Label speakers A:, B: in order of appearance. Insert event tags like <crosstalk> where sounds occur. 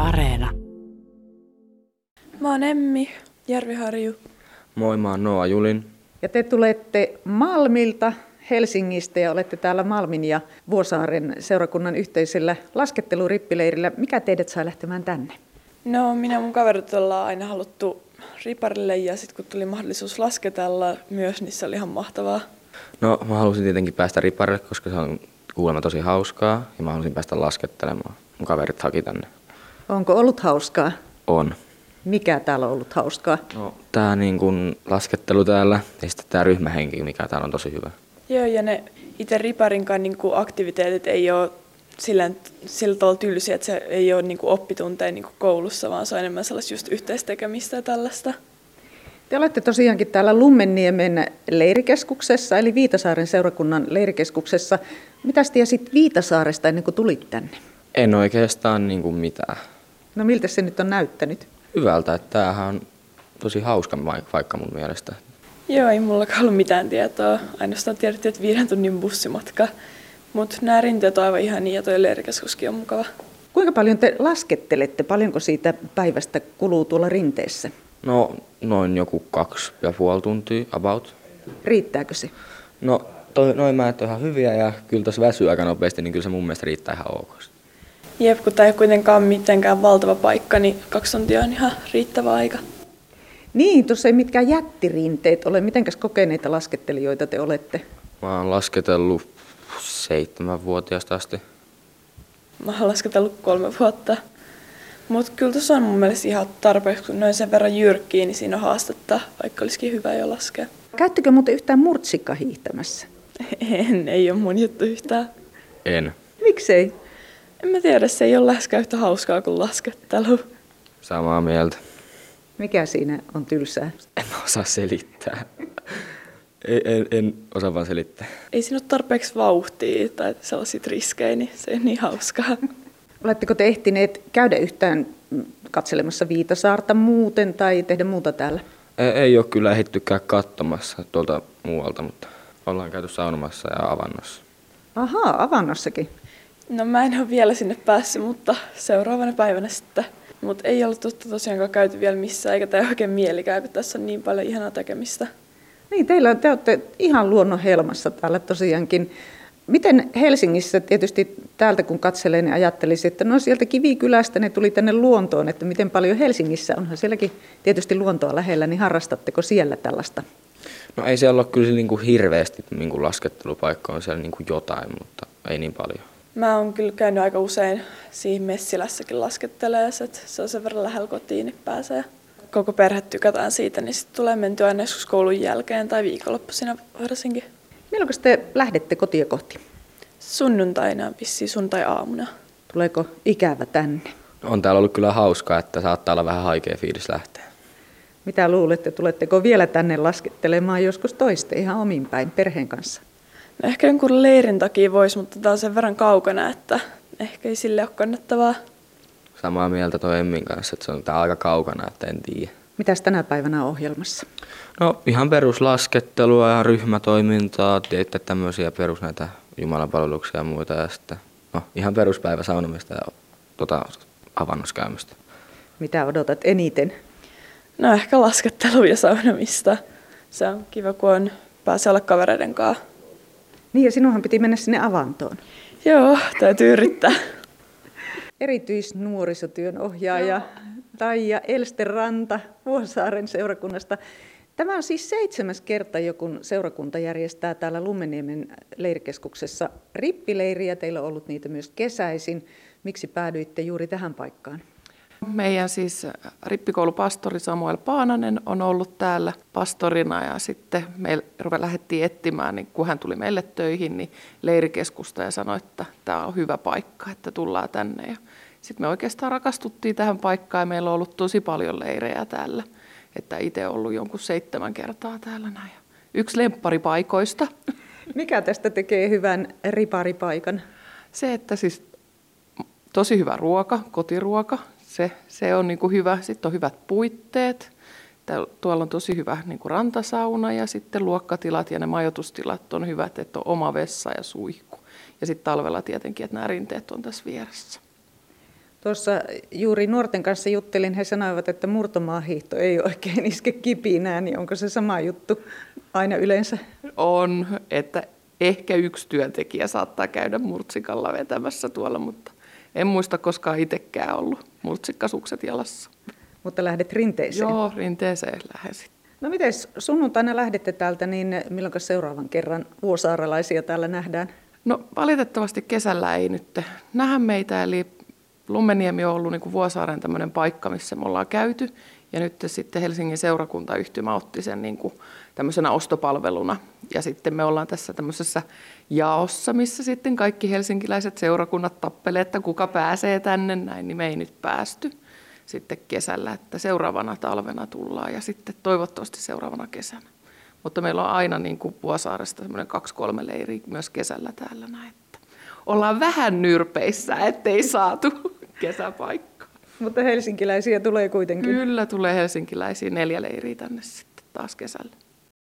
A: Areena.
B: Mä oon Emmi Järviharju.
C: Moi, mä oon Noa Julin.
D: Ja te tulette Malmilta, Helsingistä ja olette täällä Malmin ja Vuosaaren seurakunnan yhteisellä laskettelurippileirillä. Mikä teidät sai lähtemään tänne?
B: No minä ja mun kaverit ollaan aina haluttu riparille ja sitten kun tuli mahdollisuus lasketella myös, niin se oli ihan mahtavaa.
C: No, mä halusin tietenkin päästä riparille, koska se on kuulemma tosi hauskaa ja mä halusin päästä laskettelemaan. Mun kaverit haki tänne.
D: Onko ollut hauskaa?
C: On.
D: Mikä täällä on ollut hauskaa?
C: No, tää niin kun laskettelu täällä ja sitten tää ryhmähenki, mikä täällä on tosi hyvä.
B: Joo, ja ne itse riparinkaan niin kuin aktiviteetit ei ole sillä, sillä tavalla tylsiä, että se ei ole niin kuin oppitunteja niin kuin koulussa, vaan se on enemmän sellaista just yhteistekemistä ja tällaista.
D: Te olette tosiaankin täällä Lummenniemen leirikeskuksessa, eli Viitasaaren seurakunnan leirikeskuksessa. Mitäs tiesit Viitasaaresta ennen kuin tulit tänne?
C: En oikeastaan niin kuin mitään.
D: No miltä se nyt on näyttänyt?
C: Hyvältä, että tämähän on tosi hauska mai- paikka mun mielestä.
B: Joo, ei mullakaan ollut mitään tietoa. Ainoastaan tiedettiin, että viiden tunnin bussimatka. Mutta nämä rinteet on aivan ihania ja toi leirikeskuskin on mukava.
D: Kuinka paljon te laskettelette? Paljonko siitä päivästä kuluu tuolla rinteessä?
C: No, noin joku kaksi ja puoli tuntia about.
D: Riittääkö se?
C: No, toi, noin mä on ihan hyviä ja kyllä tässä väsyy aika nopeasti, niin kyllä se mun mielestä riittää ihan ok.
B: Jep, kun tämä ei kuitenkaan ole mitenkään valtava paikka, niin kaksi tuntia on ihan riittävä aika.
D: Niin, tuossa ei mitkään jättirinteet ole. Mitenkäs kokeneita laskettelijoita te olette?
C: Mä oon lasketellut seitsemänvuotiaasta asti.
B: Mä oon lasketellut kolme vuotta. Mutta kyllä tuossa on mun mielestä ihan tarpeeksi, kun noin sen verran jyrkkii, niin siinä on haastetta, vaikka olisikin hyvä jo laskea. <laughs>
D: Käyttekö muuten yhtään murtsikka hiihtämässä?
B: En, ei ole mun juttu yhtään.
C: En.
D: Miksei?
B: En mä tiedä, se ei ole läheskään yhtä hauskaa kuin laskettelu.
C: Samaa mieltä.
D: Mikä siinä on tylsää?
C: En mä osaa selittää. en, en, en osaa vaan selittää.
B: Ei siinä ole tarpeeksi vauhtia tai sellaisia riskejä, niin se ei ole niin hauskaa.
D: Oletteko te ehtineet käydä yhtään katselemassa Viitasaarta muuten tai tehdä muuta täällä?
C: Ei, ei ole kyllä ehittykään katsomassa tuolta muualta, mutta ollaan käyty saunomassa ja avannossa.
D: Ahaa, avannossakin.
B: No mä en ole vielä sinne päässyt, mutta seuraavana päivänä sitten. Mutta ei ollut totta tosiaankaan käyty vielä missään, eikä tämä oikein mielikään, kun tässä on niin paljon ihanaa tekemistä.
D: Niin, teillä on- te olette ihan luonnon helmassa täällä tosiaankin. Miten Helsingissä tietysti täältä kun katselee, niin ajattelisi, että no sieltä Kivikylästä ne tuli tänne luontoon, että miten paljon Helsingissä, onhan sielläkin tietysti luontoa lähellä, niin harrastatteko siellä tällaista?
C: No ei siellä ole kyllä niin kuin hirveästi niin kuin laskettelupaikka, on siellä niin kuin jotain, mutta ei niin paljon.
B: Mä oon kyllä käynyt aika usein siinä Messilässäkin lasketteleessa, että se on sen verran lähellä kotiin, niin pääsee. Koko perhe tykätään siitä, niin sitten tulee mentyä aina joskus koulun jälkeen tai viikonloppuisina varsinkin.
D: Milloin te lähdette kotia kohti?
B: Sunnuntaina, vissiin sunnuntai-aamuna.
D: Tuleeko ikävä tänne?
C: On täällä ollut kyllä hauskaa, että saattaa olla vähän haikea fiilis lähteä.
D: Mitä luulette, tuletteko vielä tänne laskettelemaan joskus toiste ihan omin päin perheen kanssa?
B: No ehkä jonkun leirin takia voisi, mutta tää on sen verran kaukana, että ehkä ei sille ole kannattavaa.
C: Samaa mieltä toi Emmin kanssa, että se on tää aika kaukana, että en tiedä.
D: Mitäs tänä päivänä on ohjelmassa?
C: No ihan peruslaskettelua ja ryhmätoimintaa, teette tämmöisiä perus näitä jumalanpalveluksia ja muita ja sitten no, ihan peruspäivä saunomista ja tota, avannuskäymistä.
D: Mitä odotat eniten?
B: No ehkä laskettelu ja saunomista. Se on kiva, kun on, pääsee olla kavereiden kanssa.
D: Niin ja sinunhan piti mennä sinne avantoon.
B: Joo, täytyy yrittää.
D: Erityisnuorisotyön ohjaaja Taija Elsteranta Vuosaaren seurakunnasta. Tämä on siis seitsemäs kerta, jo, kun seurakunta järjestää täällä Lummeniemen leirikeskuksessa rippileiriä. Teillä on ollut niitä myös kesäisin. Miksi päädyitte juuri tähän paikkaan?
E: Meidän siis rippikoulupastori Samuel Paananen on ollut täällä pastorina ja sitten me ruve- lähdettiin etsimään, niin kun hän tuli meille töihin, niin leirikeskusta ja sanoi, että tämä on hyvä paikka, että tullaan tänne. Ja sitten me oikeastaan rakastuttiin tähän paikkaan ja meillä on ollut tosi paljon leirejä täällä, että itse ollut jonkun seitsemän kertaa täällä näin. Ja Yksi lempparipaikoista. <laughs>
D: Mikä tästä tekee hyvän riparipaikan?
E: Se, että siis tosi hyvä ruoka, kotiruoka, se, se on niin kuin hyvä. Sitten on hyvät puitteet. Tääl- Tuolla on tosi hyvä niin kuin rantasauna ja sitten luokkatilat ja ne majoitustilat on hyvät, että on oma vessa ja suihku. Ja sitten talvella tietenkin, että nämä rinteet on tässä vieressä.
D: Tuossa juuri nuorten kanssa juttelin, he sanoivat, että murtomaahiihto ei oikein iske kipinää, niin onko se sama juttu aina yleensä?
E: On, että ehkä yksi työntekijä saattaa käydä murtsikalla vetämässä tuolla, mutta en muista koskaan itsekään ollut murtsikkasukset jalassa.
D: Mutta lähdet rinteeseen?
E: Joo, rinteeseen lähes.
D: No miten sunnuntaina lähdette täältä, niin milloin seuraavan kerran vuosaarelaisia täällä nähdään?
E: No valitettavasti kesällä ei nyt nähdä meitä, eli Lummeniemi on ollut niin kuin Vuosaaren tämmöinen paikka, missä me ollaan käyty. Ja nyt sitten Helsingin seurakuntayhtymä otti sen niin kuin tämmöisenä ostopalveluna. Ja sitten me ollaan tässä tämmöisessä jaossa, missä sitten kaikki helsinkiläiset seurakunnat tappelee, että kuka pääsee tänne, näin niin me ei nyt päästy sitten kesällä, että seuraavana talvena tullaan ja sitten toivottavasti seuraavana kesänä. Mutta meillä on aina niin kuin Vuosaaresta semmoinen kaksi-kolme leiriä myös kesällä täällä näin ollaan vähän nyrpeissä, ettei saatu <laughs> kesäpaikkaa.
D: Mutta helsinkiläisiä tulee kuitenkin.
E: Kyllä tulee helsinkiläisiä neljä leiriä tänne sitten taas kesällä.